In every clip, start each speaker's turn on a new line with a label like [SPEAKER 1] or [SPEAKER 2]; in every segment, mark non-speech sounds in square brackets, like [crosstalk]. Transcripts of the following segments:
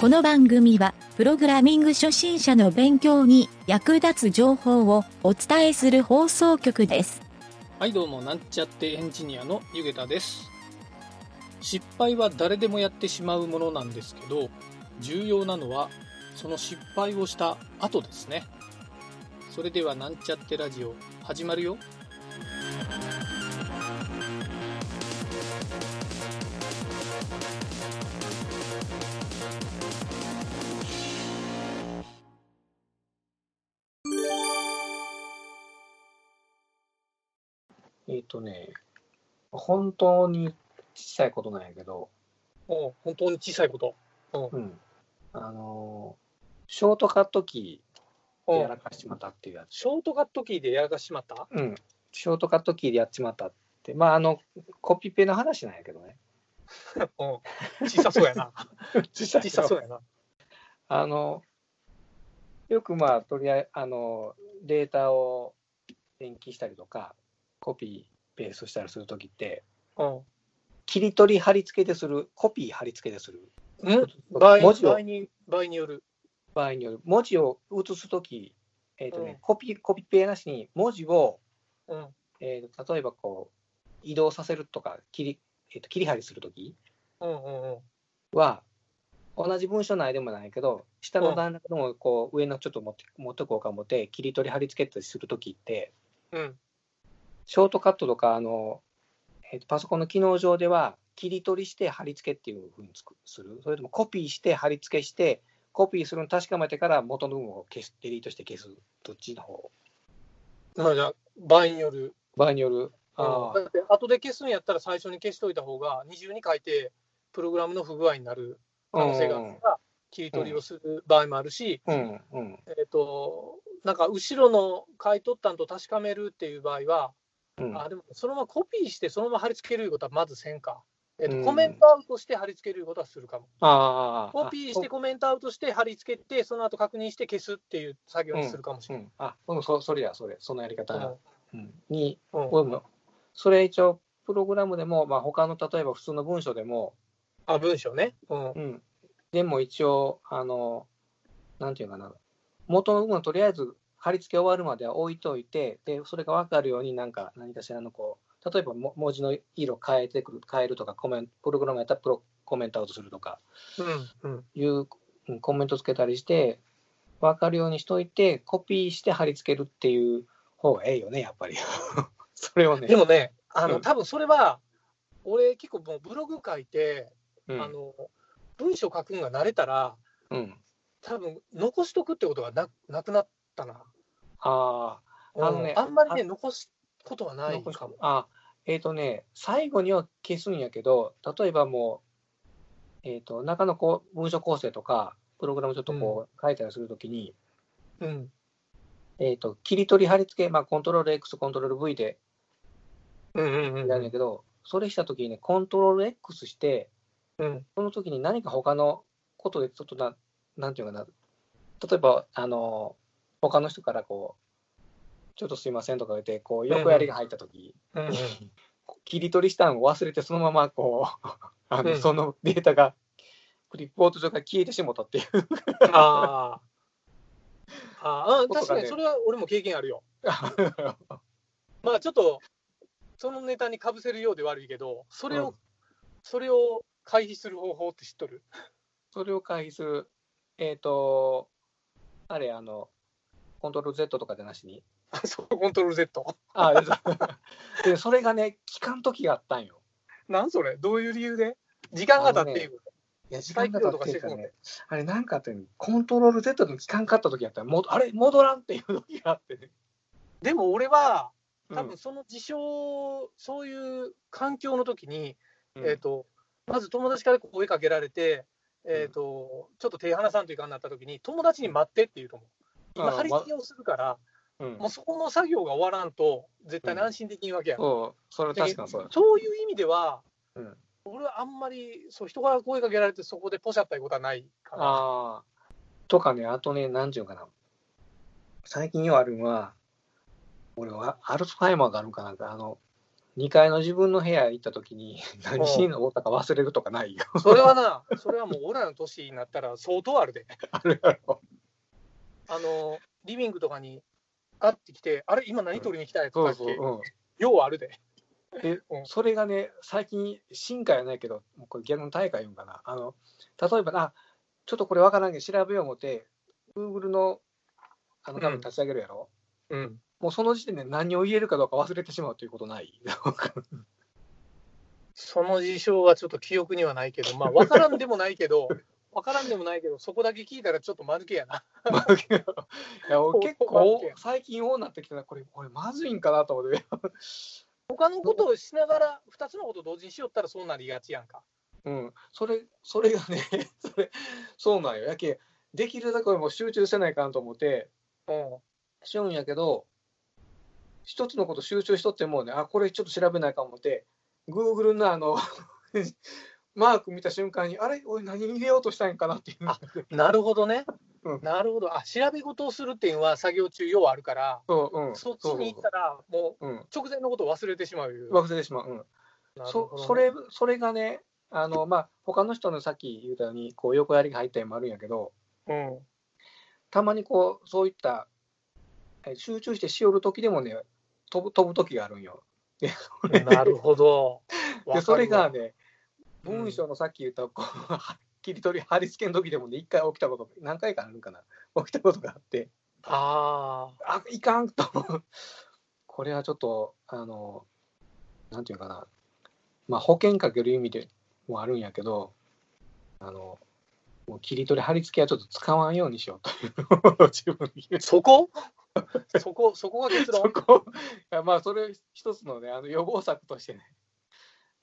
[SPEAKER 1] この番組は、プログラミング初心者の勉強に役立つ情報をお伝えする放送局です。
[SPEAKER 2] はいどうもなんちゃってエンジニアのゆげたです失敗は誰でもやってしまうものなんですけど重要なのはその失敗をした後ですねそれではなんちゃってラジオ始まるよ
[SPEAKER 3] えっ、とね、本当に小さいことなんやけど、
[SPEAKER 2] おう本当に小さいこと
[SPEAKER 3] うん。あのーショートカットキーで
[SPEAKER 2] お
[SPEAKER 3] やら
[SPEAKER 2] う
[SPEAKER 3] かしちまったっていうやつ。
[SPEAKER 2] ショートカットキーでやらかしまった
[SPEAKER 3] うん。ショートカットキーでやっちまったって。まあ、あの、コピペの話なんやけど
[SPEAKER 2] [laughs]
[SPEAKER 3] ね。
[SPEAKER 2] おう [laughs] 小さそうやな
[SPEAKER 3] 小さ
[SPEAKER 2] 小さそうやな
[SPEAKER 3] あの、よくまあ、とりあえず、あの、データを延期したりとか、コピー、ペーストしたりするときって、
[SPEAKER 2] お
[SPEAKER 3] 切り取り貼り付けでする、コピー貼り付けでする。
[SPEAKER 2] うん場合
[SPEAKER 3] 文字
[SPEAKER 2] 場
[SPEAKER 3] を
[SPEAKER 2] 合に場合による
[SPEAKER 3] 場合による文字を写すとき、えーとね
[SPEAKER 2] うん
[SPEAKER 3] コピコピペなしに文字を、
[SPEAKER 2] うん
[SPEAKER 3] えーと例えばこう移動させるとか切り,、えーと切り張りするとき
[SPEAKER 2] うんうんうん
[SPEAKER 3] は同じ文章内でもないけど下の段落でもこう、上のちょっと持って持ってこうか思って切り取り貼り付けたりするときって
[SPEAKER 2] うん
[SPEAKER 3] ショートカットとかあの、えーとパソコンの機能上では切り取りして貼り付けっていうふうにつくするそれともコピーして貼り付けしてコピーするの確かめてから元の部分を消すデリートして消すどっちの方
[SPEAKER 2] まあじゃあ場合による
[SPEAKER 3] 場合による。あ
[SPEAKER 2] だって後で消すんやったら最初に消しといた方が二重に書いてプログラムの不具合になる可能性があるから切り取りをする場合もあるし、
[SPEAKER 3] うんうん
[SPEAKER 2] えっとなんか後ろの書いとったんと確かめるっていう場合は、
[SPEAKER 3] うん。
[SPEAKER 2] あでもそのままコピーしてそのまま貼り付けるいうことはまずせんか、えっと
[SPEAKER 3] うん
[SPEAKER 2] コメントアウトして貼り付けるいうことはするかも
[SPEAKER 3] あ
[SPEAKER 2] コピーして
[SPEAKER 3] こ
[SPEAKER 2] コメントアウトして貼り付けてその後確認して消すっていう作業にするかもし
[SPEAKER 3] う
[SPEAKER 2] れない、
[SPEAKER 3] ん。あ、うん、そそれや、それ、そのやり
[SPEAKER 2] うん
[SPEAKER 3] 方、うん、に、
[SPEAKER 2] うん
[SPEAKER 3] 俺も、それ一応、プログラムでも、まあ、他の、例えば普通の文章でも、
[SPEAKER 2] あ文章ね、うん
[SPEAKER 3] うん、でも一応、あの、なんていうかな、元の部分はとりあえず、貼り付け終わるまでは置いといて、で、それが分かるように、なんか、何かしらの、こう、例えばも文字の色変えてくる、変えるとか、コメント、プログラムやったらプロコメントアウトするとか、
[SPEAKER 2] うんうん
[SPEAKER 3] いううんコメントつけたりして分かるようにしといてコピーして貼り付けるっていう方がええよねやっぱり [laughs] それをね
[SPEAKER 2] でもね、あの、
[SPEAKER 3] うん
[SPEAKER 2] 多分それは、俺結構もうブログ書いて、
[SPEAKER 3] うん
[SPEAKER 2] あの、文章書くのが慣れたら、
[SPEAKER 3] うん、
[SPEAKER 2] 多分残しとくってことがななくなったな。
[SPEAKER 3] ああのね
[SPEAKER 2] うんあんまりね、
[SPEAKER 3] あ
[SPEAKER 2] 残すことは
[SPEAKER 3] あ
[SPEAKER 2] ないかも。
[SPEAKER 3] あえっ、とね最後には消すんやけど例えばもう、えー、と中のこう文章構成とかプログラムちょっとこう書いたりするときに、
[SPEAKER 2] うん。
[SPEAKER 3] えー、と切り取り貼り付け、まあ、コントロール X コントロール V で
[SPEAKER 2] うんうんうん
[SPEAKER 3] やるんやけど、それしたときにねコントロール X して
[SPEAKER 2] うん。
[SPEAKER 3] その時に何か他のことでちょっとな、なんていうかな、例えば、あの、他の人からこう、ちょっとすいませんとか言って、こう、
[SPEAKER 2] んうん
[SPEAKER 3] 横やりが入った時、
[SPEAKER 2] うん
[SPEAKER 3] [laughs]
[SPEAKER 2] うん。
[SPEAKER 3] 切り取りしたのを忘れて、そのままこう、 [laughs] あの、
[SPEAKER 2] うん
[SPEAKER 3] そのデータが、クリップボード上から消えてしもたっていう。 [laughs]
[SPEAKER 2] あーあー、うん、
[SPEAKER 3] こと
[SPEAKER 2] 確
[SPEAKER 3] がね
[SPEAKER 2] かにそれは俺も経験あるよ。まあちょっと、そのネタにかぶせるようで悪いけど、それを、
[SPEAKER 3] うん
[SPEAKER 2] それを回避する方法って知っとる [laughs]
[SPEAKER 3] それを回避する、えっ、と、あれ、あの、コントロール Z とかじゃなしに。
[SPEAKER 2] あそう、コントロール Z。
[SPEAKER 3] あ、 [laughs] で、それがね、期間時があったんよ。
[SPEAKER 2] なんそれどういう理由で時間が経っていく、
[SPEAKER 3] いや、時
[SPEAKER 2] 再
[SPEAKER 3] 間
[SPEAKER 2] 起
[SPEAKER 3] が
[SPEAKER 2] 動と
[SPEAKER 3] 経っ
[SPEAKER 2] か
[SPEAKER 3] て
[SPEAKER 2] して
[SPEAKER 3] るか
[SPEAKER 2] く
[SPEAKER 3] ら
[SPEAKER 2] もん
[SPEAKER 3] ね
[SPEAKER 2] ね。
[SPEAKER 3] あれ、なんかあって、コントロール Z の期間かった時やったら、もうあれ、戻らんっていう時があってね。
[SPEAKER 2] でも俺は多
[SPEAKER 3] う
[SPEAKER 2] 分
[SPEAKER 3] ん
[SPEAKER 2] その事象、そういう環境の時に、
[SPEAKER 3] うん
[SPEAKER 2] えー、とまず友達から声かけられて、えーとちょっと手離さんといかんなった時に友達に待ってって言うと思う今
[SPEAKER 3] あー
[SPEAKER 2] 張り付けをするから、
[SPEAKER 3] うん
[SPEAKER 2] もうそこの作業が終わらんと絶対に安心できんわけや、
[SPEAKER 3] そう、それは確かにそうだ。
[SPEAKER 2] そういう意味では
[SPEAKER 3] うん、
[SPEAKER 2] 俺はあんまりそう人から声かけられてそこでポシャったいうことはないから
[SPEAKER 3] ああ。とかね、あとね、なんていうのかな。最近ようあるのは、俺はアルツハイマーがあるんかなんか、あの、 2階の自分の部屋行った時に [laughs] 何しに登ったか忘れるとかないよ。
[SPEAKER 2] それはな、それはもう俺らの年になったら相 [laughs] 当あるで。
[SPEAKER 3] あるやろ。
[SPEAKER 2] あの、リビングとかに、あってきて、あれ、今何取りに来たんやつだ
[SPEAKER 3] そう
[SPEAKER 2] っ
[SPEAKER 3] そう。
[SPEAKER 2] け
[SPEAKER 3] うん
[SPEAKER 2] ようあるで。
[SPEAKER 3] で
[SPEAKER 2] う、ん
[SPEAKER 3] それがね、最近、進化やないけど、もうこれ逆の大会言うんかな。あの、例えばな、あちょっとこれわからんけど調べよう思って、Google のあの画面立ち上げるやろ、
[SPEAKER 2] うん。
[SPEAKER 3] もうその時点で何を言えるかどうか忘れてしまうということない。 [laughs]
[SPEAKER 2] その事象はちょっと記憶にはないけど、まあ、わからんでもないけど、 [laughs] わからんでもないけど、そこだけ聞いたらちょっと間抜けやな。
[SPEAKER 3] いや俺結
[SPEAKER 2] そう
[SPEAKER 3] 構最近多なってきたらこれこれまずいんかなと思って
[SPEAKER 2] 他のことをしながら、2つのことを同時にしよったらそうなりがちやんか。
[SPEAKER 3] うんそれそれがねそれそうなんよやけできるだけ俺も集中せないかんと思って
[SPEAKER 2] うん。
[SPEAKER 3] しようんやけど一つのこと集中しとってもねあこれちょっと調べないかも思って Google のあの [laughs] マーク見た瞬間にあれ俺何入れようとしたんかなっていう
[SPEAKER 2] あなるほどね
[SPEAKER 3] うん。
[SPEAKER 2] なるほど。あ、調べ事をするっていうのは作業中ようあるから、
[SPEAKER 3] そう、うん、
[SPEAKER 2] そっちに行ったら、もう
[SPEAKER 3] そうそううん
[SPEAKER 2] 直前のことを忘れてしまうよ。
[SPEAKER 3] 忘れてしまううん
[SPEAKER 2] なるほ
[SPEAKER 3] そ
[SPEAKER 2] どね
[SPEAKER 3] それそれがねあの、まあ、他の人のさっき言ったようにこう横やりが入ったりもあるんやけど
[SPEAKER 2] うん。
[SPEAKER 3] たまにこうそういったえ集中してしおる時でもね飛ぶ飛ぶ時があるんよ。でそれ
[SPEAKER 2] なるほど。
[SPEAKER 3] [laughs] でそれがね
[SPEAKER 2] うん
[SPEAKER 3] 文章のさっき言ったこう、 [laughs] 切り取り貼り付けの時でもね一回起きたこと何回かあるんかな起きたことがあって
[SPEAKER 2] ああ、
[SPEAKER 3] あいかんと思うこれはちょっとあのなんていうかなまあ保険かける意味でもあるんやけどあのもう切り取り貼り付けはちょっと使わんようにしようという自分に
[SPEAKER 2] そこ [laughs] そこ、そこが結
[SPEAKER 3] そ
[SPEAKER 2] 論。
[SPEAKER 3] こいやまあそれ一つのねあの予防策としてね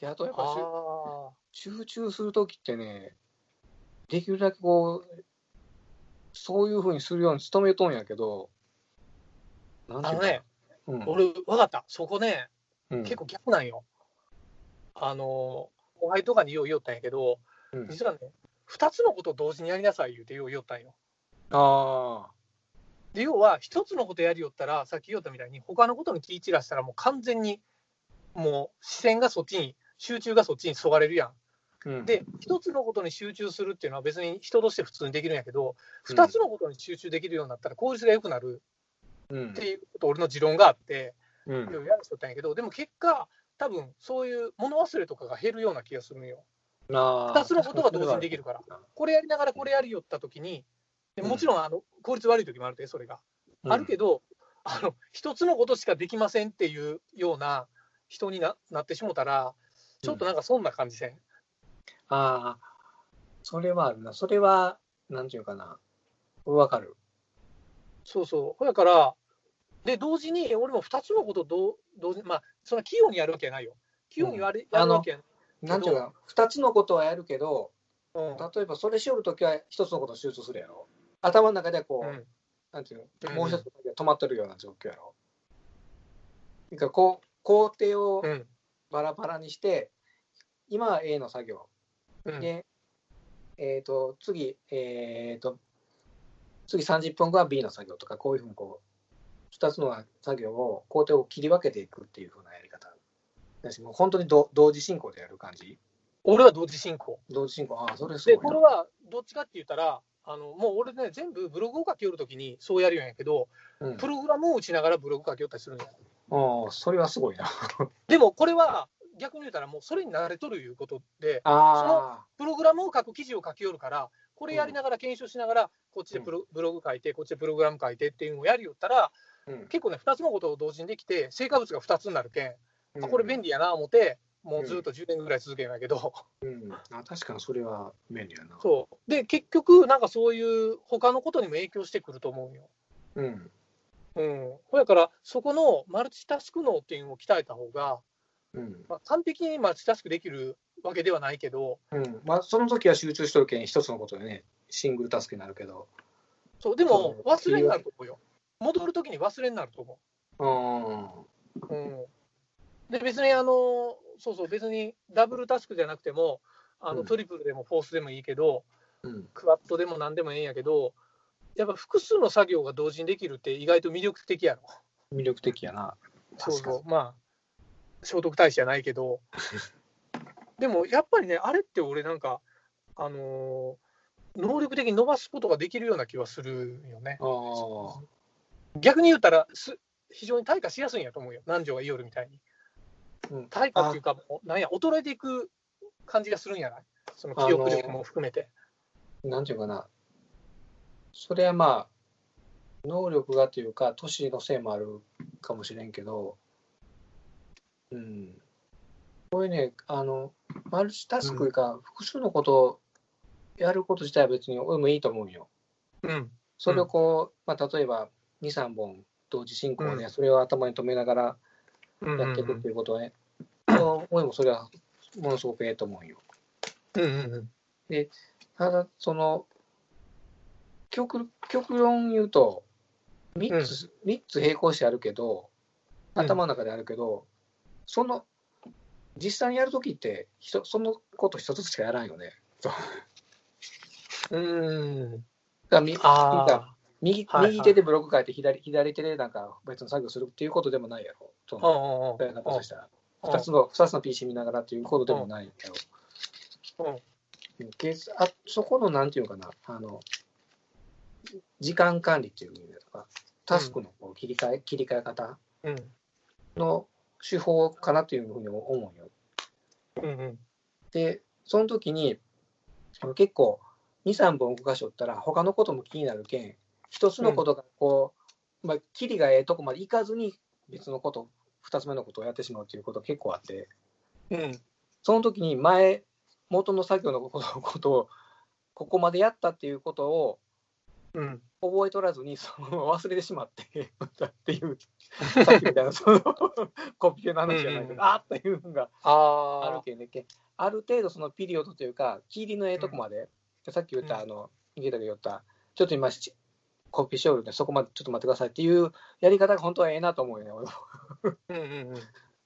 [SPEAKER 3] であとやっぱしゅ
[SPEAKER 2] あ
[SPEAKER 3] 集中するときってね、できるだけこう、そういうふうにするように努めとんやけど、なん
[SPEAKER 2] あ、あの
[SPEAKER 3] ていう
[SPEAKER 2] ね
[SPEAKER 3] か、うん
[SPEAKER 2] うん俺、わかった。そこね、
[SPEAKER 3] うん
[SPEAKER 2] 結構逆なんよ。あの、後輩とかによう言おったんやけど、
[SPEAKER 3] うん
[SPEAKER 2] 実はね、2つのことを同時にやりなさい言うてよう言おったんよ。
[SPEAKER 3] あ
[SPEAKER 2] で、要は、一つのことやりよったら、さっき言おったみたいに、他のことに気散らしたら、もう完全に、もう視線がそっちに、集中がそっちにそがれるやん。
[SPEAKER 3] ー、うん、
[SPEAKER 2] で、一つのことに集中するっていうのは別に人として普通にできるんやけど、
[SPEAKER 3] うん
[SPEAKER 2] 二つのことに集中できるようになったら効率が良くなる
[SPEAKER 3] うん
[SPEAKER 2] っ、ていうこと、俺の持論があって、
[SPEAKER 3] う
[SPEAKER 2] いろい
[SPEAKER 3] ん、
[SPEAKER 2] ろやる人ったんやけど、でも結果、多分そういう物忘れとかが減るような気がするんよ。
[SPEAKER 3] 2
[SPEAKER 2] 二つのことが同時にできるから。これやりながらこれやりよったときに、でもちろんあの効率悪いときもあるで、それが。あるけど、あの一つのことしかできませんっていうような人にななってしもたら、ちょっとなんかそんな感じせん。
[SPEAKER 3] ああ、それはあるな。それは、なんていうかな。わかる。
[SPEAKER 2] そうそう。ほやから、で、同時に、俺も2つのこと同同時に、まあ、そんな器用にやるわけやないよ。器用にやる,、
[SPEAKER 3] うん
[SPEAKER 2] やるわけやど
[SPEAKER 3] なんていうか、2つのことはやるけど、
[SPEAKER 2] うん
[SPEAKER 3] 例えばそれしおるときは1つのことを集中するやろ。頭の中ではこう、
[SPEAKER 2] うん
[SPEAKER 3] なんていう
[SPEAKER 2] う
[SPEAKER 3] の、
[SPEAKER 2] ん
[SPEAKER 3] もう一つ止まってるような状況やろ。なんかこう工程を
[SPEAKER 2] うん
[SPEAKER 3] バラバラにして、今は A の作業、
[SPEAKER 2] うん
[SPEAKER 3] で、えー、と次、えー、と次30分後は B の作業とか、こういうふうにこう2つの作業を工程を切り分けていくっていうふうなやり方。だしもう本当にど同時進行でやる感じ
[SPEAKER 2] 俺は同時進行。
[SPEAKER 3] 同時進行、ああ、それす
[SPEAKER 2] で、
[SPEAKER 3] ごい
[SPEAKER 2] これ
[SPEAKER 3] な。
[SPEAKER 2] はどっちかって言ったら、あのもう俺ね、全部ブログを書きよるときにそうやるんやけど、
[SPEAKER 3] うん
[SPEAKER 2] プログラムを打ちながらブログ書きよったりするんや。
[SPEAKER 3] ああ、それはすごいな。
[SPEAKER 2] でもこれは逆に言うたら、もうそれに慣れとるいうことで、
[SPEAKER 3] あ
[SPEAKER 2] プログラムを書く記事を書きよるから、これやりながら検証しながら、こっちでプロブログ書いて、こっちでプログラム書いてっていうのをやりよったら、
[SPEAKER 3] あ、うん
[SPEAKER 2] 結構ね、2つのことを同時にできて、成果物が2つになるけん、あこれ便
[SPEAKER 3] 利、
[SPEAKER 2] 利やな思って、もうずっと10年ぐらい続けるんやけど、
[SPEAKER 3] うんあ。確かにそれは便利やな。
[SPEAKER 2] そう。で、結局、なんかそういう他のことにも影響してくると思うよ。
[SPEAKER 3] うん。
[SPEAKER 2] うん。ほやから、そこのマルチタスク能っていうのを鍛えた方が、
[SPEAKER 3] うん。
[SPEAKER 2] まあ、完璧にマルチタスクできるわけではないけど、
[SPEAKER 3] うん。まあ、その時は集中しとるけん、一つのことでね、シングルタスクになるけど。
[SPEAKER 2] そう、でも
[SPEAKER 3] そう
[SPEAKER 2] 忘れになると思うよ。戻るときに忘れになると思う。
[SPEAKER 3] うん。
[SPEAKER 2] うんで別にあのそうそう別にダブルタスクじゃなくてもあの
[SPEAKER 3] うん
[SPEAKER 2] トリプルでもフォースでもいいけど、
[SPEAKER 3] うん。
[SPEAKER 2] クワッドでも何でもええんやけどやっぱ複数の作業が同時にできるって意外と魅力的やろ
[SPEAKER 3] 魅力的やな。
[SPEAKER 2] そう
[SPEAKER 3] 確か
[SPEAKER 2] そ
[SPEAKER 3] に
[SPEAKER 2] うまあ聖徳太子じゃないけ
[SPEAKER 3] [laughs]
[SPEAKER 2] ど、でもやっぱりね、あれって俺なんか、あのー能力的に伸ばすことができるような気はするよね。
[SPEAKER 3] ああ。
[SPEAKER 2] 逆に言ったらす、非常に退化しやすいんやと思うよ、南條がイオルみたいに。
[SPEAKER 3] うん
[SPEAKER 2] 退化っていうか、もうなんや、衰えていく感じがするんやない、その記憶力も含めて。
[SPEAKER 3] なんていうかな、それはまあ、能力がというか、都市のせいもあるかもしれんけど、うん、こういうね、あの、マルチタスクが複数のことをやること自体は別に俺もいいと思うんよ。
[SPEAKER 2] うん、
[SPEAKER 3] それをこう、まあ、例えば2、3本同時進行で、
[SPEAKER 2] うん
[SPEAKER 3] それを頭に留めながら
[SPEAKER 2] うん
[SPEAKER 3] やっていくっていうことはね、そう俺もそれはものすごくええと思うんよ。
[SPEAKER 2] うんうんうん
[SPEAKER 3] ただその極極論言うと3つ,、三つ並行してあるけど
[SPEAKER 2] うん
[SPEAKER 3] 頭の中であるけど、その実際にやるときってひとそのこと一つしかやらんよね。
[SPEAKER 2] うん
[SPEAKER 3] だからみ
[SPEAKER 2] あ
[SPEAKER 3] なんか
[SPEAKER 2] あ
[SPEAKER 3] 右
[SPEAKER 2] はいはい
[SPEAKER 3] 右手でブロック書いて左左手でなんか別の作業するっていうことでもないやろ。そ
[SPEAKER 2] うん
[SPEAKER 3] の
[SPEAKER 2] うん
[SPEAKER 3] やり方としたら
[SPEAKER 2] うん
[SPEAKER 3] 2つの二つの PC 見ながらっていうことでもないやろ。
[SPEAKER 2] うん
[SPEAKER 3] けあそこのなんていうかなあの時間管理っていう意味だとかタスクのこう切り替え、切り替え方
[SPEAKER 2] うん
[SPEAKER 3] の手法かなというふうに思うよ。
[SPEAKER 2] うんうん
[SPEAKER 3] でその時にあの結構23本動かしとったら他のことも気になるけん一つのことがこう、まあ、切りがええとこまでいかずに別のこと2つ目のことをやってしまうということが結構あって。
[SPEAKER 2] うん
[SPEAKER 3] その時に前元の作業のことことをここまでやったっていうことを
[SPEAKER 2] うん
[SPEAKER 3] 覚えとらずにそのまま忘れてしまって [laughs] またっていうさっきみたいなその [laughs] コピペの話じゃないけど、
[SPEAKER 2] うん
[SPEAKER 3] あーっていうのがある
[SPEAKER 2] ああ
[SPEAKER 3] けんねけんある程度そのピリオドというか切りのええとこまで、さっき言ったあの池田が言ったちょっと今しコピーしよるんでそこまでちょっと待ってくださいっていうやり方が本当はええなと思うよね俺は
[SPEAKER 2] うんうんうん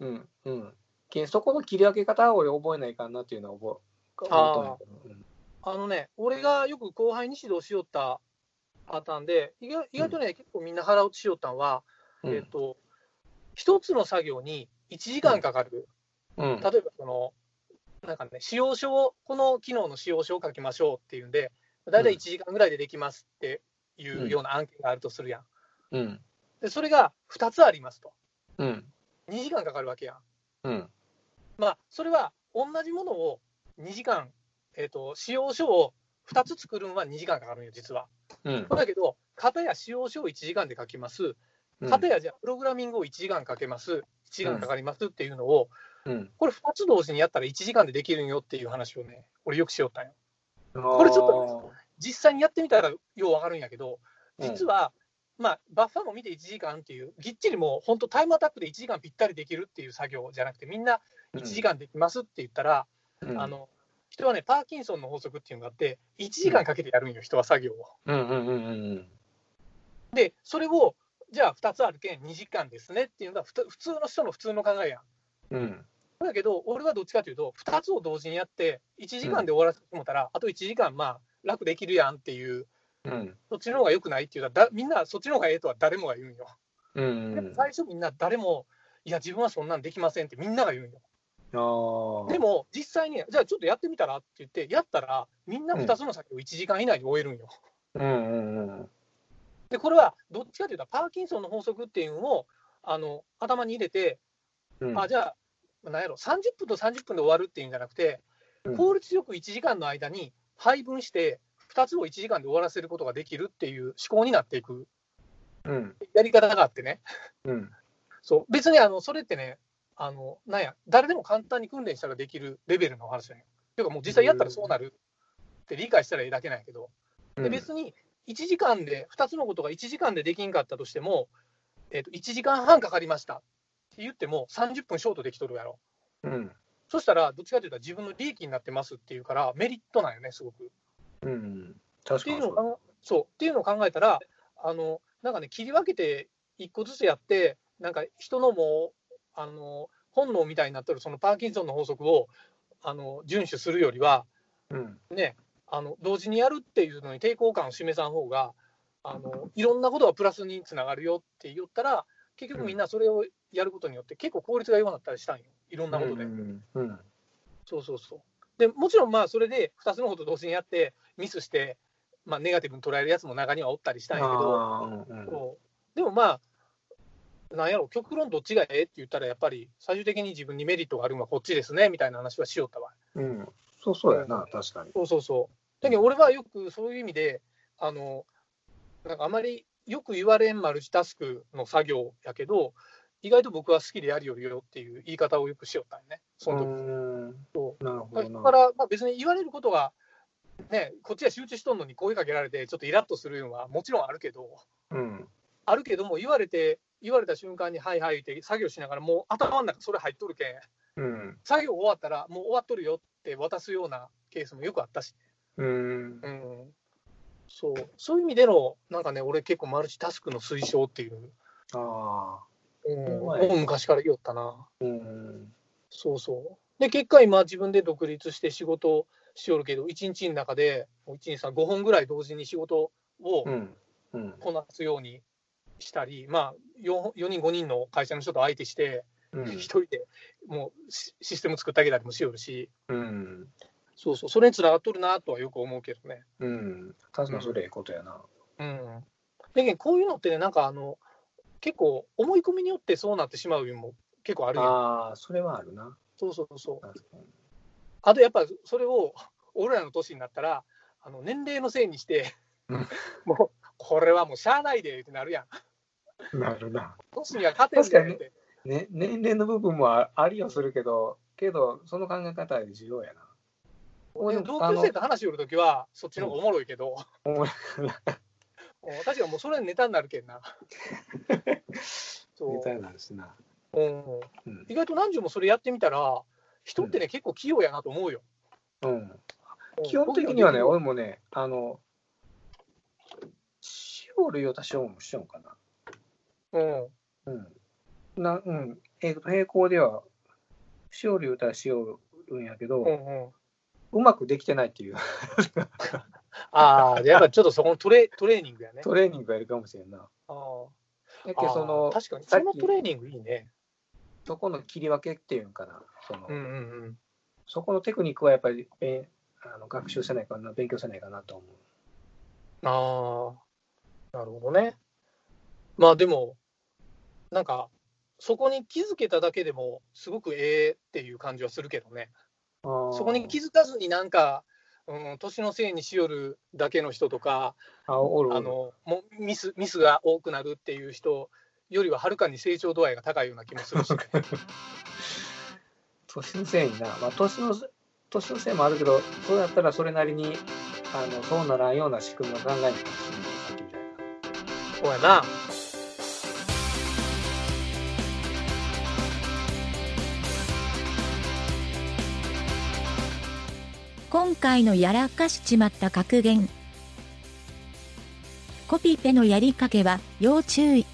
[SPEAKER 3] うんうんけんそこの切り分け方を俺覚えないかんなっていうのは覚え
[SPEAKER 2] あー
[SPEAKER 3] 思うとんやけどうん
[SPEAKER 2] あのね俺がよく後輩に指導しよったパターンで意外意外とね、結構みんな腹落ちしよったんは、
[SPEAKER 3] うん
[SPEAKER 2] えっと一つの作業に1時間かかる、
[SPEAKER 3] うん
[SPEAKER 2] 例えばそのなんかね使用書をこの機能の使用書を書きましょうっていうんでだいたい1時間ぐらいでできますっていうような案件があるとするやん
[SPEAKER 3] うん
[SPEAKER 2] でそれが2つありますと
[SPEAKER 3] うん
[SPEAKER 2] 2時間かかるわけやん
[SPEAKER 3] うん
[SPEAKER 2] まあ、それは同じものを2時間、えーと、使用書を2つ作るのは2時間かかるんよ、実は。
[SPEAKER 3] うん
[SPEAKER 2] だけど、片や使用書を1時間で書きます、片やじゃあプログラミングを1時間かけます、1時間かかりますっていうのを、
[SPEAKER 3] うん
[SPEAKER 2] これ2つ同時にやったら1時間でできるんよっていう話をね、俺、よくしよったんよ。
[SPEAKER 3] こ
[SPEAKER 2] れちょっと実際にやってみたらよう分かるんやけど、実は、まあ、バッファーも見て1時間っていう、ぎっちりもう本当、タイムアタックで1時間ぴったりできるっていう作業じゃなくて、みんな1時間できますって言ったら、あの人はね、パーキンソンの法則っていうのがあって、1時間かけてやるんよ、人は作業を。
[SPEAKER 3] うんうんうんうん
[SPEAKER 2] で、それを、じゃあ2つあるけん、2時間ですねっていうのが、ふた普通の人の普通の考えやん。
[SPEAKER 3] うん
[SPEAKER 2] だけど、俺はどっちかというと、2つを同時にやって、1時間で終わらせてもたら、あと1時間、まあ、楽できるやんっていう、
[SPEAKER 3] うん
[SPEAKER 2] そっちの方が良くないっていうのはだ、みんなそっちの方がええとは誰もが言うんよ。
[SPEAKER 3] うん
[SPEAKER 2] でも最初、みんな誰も、いや、自分はそんなんできませんってみんなが言うんよ。で
[SPEAKER 3] も
[SPEAKER 2] も、実際に、じゃあちょっとやってみたらって言って、やったら、みんな2つの作業を1時間以内に終えるんよ。
[SPEAKER 3] うんうんうん
[SPEAKER 2] で、これはどっちかというと、パーキンソンの法則っていうのをあの頭に入れて、
[SPEAKER 3] うん
[SPEAKER 2] あじゃあ、なんやろ、30分と30分で終わるっていうんじゃなくて、
[SPEAKER 3] うん
[SPEAKER 2] 効率よく1時間の間に配分して、2つを1時間で終わらせることができるっていう思考になっていく
[SPEAKER 3] うん
[SPEAKER 2] やり方があってね、
[SPEAKER 3] うん
[SPEAKER 2] そう別にあのそれってね、あのなんや、誰でも簡単に訓練したらできるレベルの話だよ。ていうか、もう実際やったらそうなるって理解したらええだけなんやけど。
[SPEAKER 3] う
[SPEAKER 2] で
[SPEAKER 3] ん
[SPEAKER 2] 別に1時間で2つのことが1時間でできんかったとしても、えー、と1時間半かかりましたって言っても30分ショートできとるやろ
[SPEAKER 3] うん
[SPEAKER 2] そしたらどっちかというと自分の利益になってますっていうからメリットなんよねすごく。っ
[SPEAKER 3] うん確
[SPEAKER 2] て
[SPEAKER 3] か
[SPEAKER 2] いう
[SPEAKER 3] に
[SPEAKER 2] のを考えそうっていうのを考えたらあのなんかね切り分けて1個ずつやってなんか人のもうあの本能みたいになってるそのパーキンソンの法則をあの遵守するよりは
[SPEAKER 3] うん
[SPEAKER 2] ね、あの同時にやるっていうのに抵抗感を示さん方があのいろんなことがプラスにつながるよって言ったら結局みんなそれをやることによって結構効率が良くなったりしたんよ。いろんなことで。
[SPEAKER 3] うんうん
[SPEAKER 2] そうそうそう。でもちろんまあそれで2つのこと同時にやってミスして、まあ、ネガティブに捉えるやつも中にはおったりしたんやけど、
[SPEAKER 3] あーうんうん
[SPEAKER 2] そうでもまあなんやろ極論どっちがええって言ったらやっぱり最終的に自分にメリットがあるのはこっちですねみたいな話はしよったわ。
[SPEAKER 3] うんそうそうやな、確かに。
[SPEAKER 2] そうそうそう。だけど俺はよくそういう意味で、あの、なんかあまりよく言われんマルチタスクの作業やけど、意外と僕は好きでやるよりよっていう言い方をよくしよったんよね、その時。
[SPEAKER 3] うん
[SPEAKER 2] そ
[SPEAKER 3] なるほ
[SPEAKER 2] だ
[SPEAKER 3] どな。
[SPEAKER 2] から、まあ、別に言われることが、ね、こっちは集中しとんのに声かけられて、ちょっとイラッとするのはもちろんあるけど、
[SPEAKER 3] うん
[SPEAKER 2] あるけども、言われて、言われた瞬間に、はいはいって作業しながら、もう頭の中それ入っとるけん、
[SPEAKER 3] うん
[SPEAKER 2] 作業終わったら、もう終わっとるよって渡すようなケースもよくあったし。
[SPEAKER 3] うん
[SPEAKER 2] うんそうそういう意味での、なんかね、俺結構マルチタスクの推奨っていう、
[SPEAKER 3] ああ
[SPEAKER 2] うん、
[SPEAKER 3] はい
[SPEAKER 2] もう昔から言おったな。
[SPEAKER 3] うん
[SPEAKER 2] そうそう。で、結果今自分で独立して仕事をしよるけど、1日の中で、1、2、3、5本ぐらい同時に仕事を
[SPEAKER 3] うんうん
[SPEAKER 2] こなすようにしたり、まあ4、4人、5人の会社の人と相手して、
[SPEAKER 3] う
[SPEAKER 2] 一
[SPEAKER 3] ん
[SPEAKER 2] 人でもうシシステム作ってあげたりもしよるし、
[SPEAKER 3] うん
[SPEAKER 2] そうそう、それにつながっとるなとはよく思うけどね。
[SPEAKER 3] うん確かにそれええことやな。
[SPEAKER 2] うん。でね、こういうのってね、なんかあの、結構思い込みによってそうなってしまうのも結構あるやん。
[SPEAKER 3] ああ、それはあるな。
[SPEAKER 2] そうそうそう。
[SPEAKER 3] 確かに
[SPEAKER 2] あとやっぱそれを、俺らの年になったら、あの年齢のせいにして
[SPEAKER 3] うん、
[SPEAKER 2] もう、これはもうしゃあないでってなるやん。
[SPEAKER 3] なるな。
[SPEAKER 2] 年には勝てんだよって。
[SPEAKER 3] ね、年齢の部分もあありはするけど、けど、その考え方は重要やな。俺
[SPEAKER 2] で同級生と話しよるときは、そっちの方がおもろいけど、
[SPEAKER 3] おもろい
[SPEAKER 2] うん確かもうそれネタになるけん
[SPEAKER 3] [laughs]
[SPEAKER 2] な。そう
[SPEAKER 3] みたいなんですな。
[SPEAKER 2] うん
[SPEAKER 3] うん
[SPEAKER 2] 意外と何十もそれやってみたら、人ってね、結構器用やなと思うよ。
[SPEAKER 3] うん、
[SPEAKER 2] うん
[SPEAKER 3] 基本的にはね、
[SPEAKER 2] 僕
[SPEAKER 3] 俺もね、あの、しおるよたしおもしようか
[SPEAKER 2] らうん、
[SPEAKER 3] な。うん。なうん、えーと並行では、しおるよたらしおるんやけ
[SPEAKER 2] う
[SPEAKER 3] ど、うん
[SPEAKER 2] うん、
[SPEAKER 3] まくできてないっていう
[SPEAKER 2] ああ、でやっぱちょっとそこのトレトレーニングやね。
[SPEAKER 3] トレーニングがいるかもしれんな。
[SPEAKER 2] あー
[SPEAKER 3] だけ
[SPEAKER 2] あ
[SPEAKER 3] ど、
[SPEAKER 2] ー
[SPEAKER 3] その、
[SPEAKER 2] 確かに、
[SPEAKER 3] さ
[SPEAKER 2] そ
[SPEAKER 3] っき
[SPEAKER 2] のトレーニングいいね。
[SPEAKER 3] そこの切り分けっていうんかな。その
[SPEAKER 2] うんうんうん。
[SPEAKER 3] そこのテクニックはやっぱり、えーあの学習せないかな、勉強せないかなと思う。
[SPEAKER 2] ああ、なるほどね。まあでも、なんか、そこに気づけただけでも、すごくええっていう感じはするけどね。そ
[SPEAKER 3] そ
[SPEAKER 2] こに気づかずになんか、うん、年のせいにしよるだけの人とか、
[SPEAKER 3] あおるおる
[SPEAKER 2] あのもうミスミスが多くなるっていう人よりははるかに成長度合いが高いような気も
[SPEAKER 3] [laughs]
[SPEAKER 2] するし。
[SPEAKER 3] 年のせいにな、まあ、年のせ年のせいもあるけどそうやったらそれなりにあのそうならんような仕組みを考えないといけないさっきみたいな。
[SPEAKER 2] そうやな。
[SPEAKER 1] 今回のやらかしちまった格言。コピペのやりかけは要注意。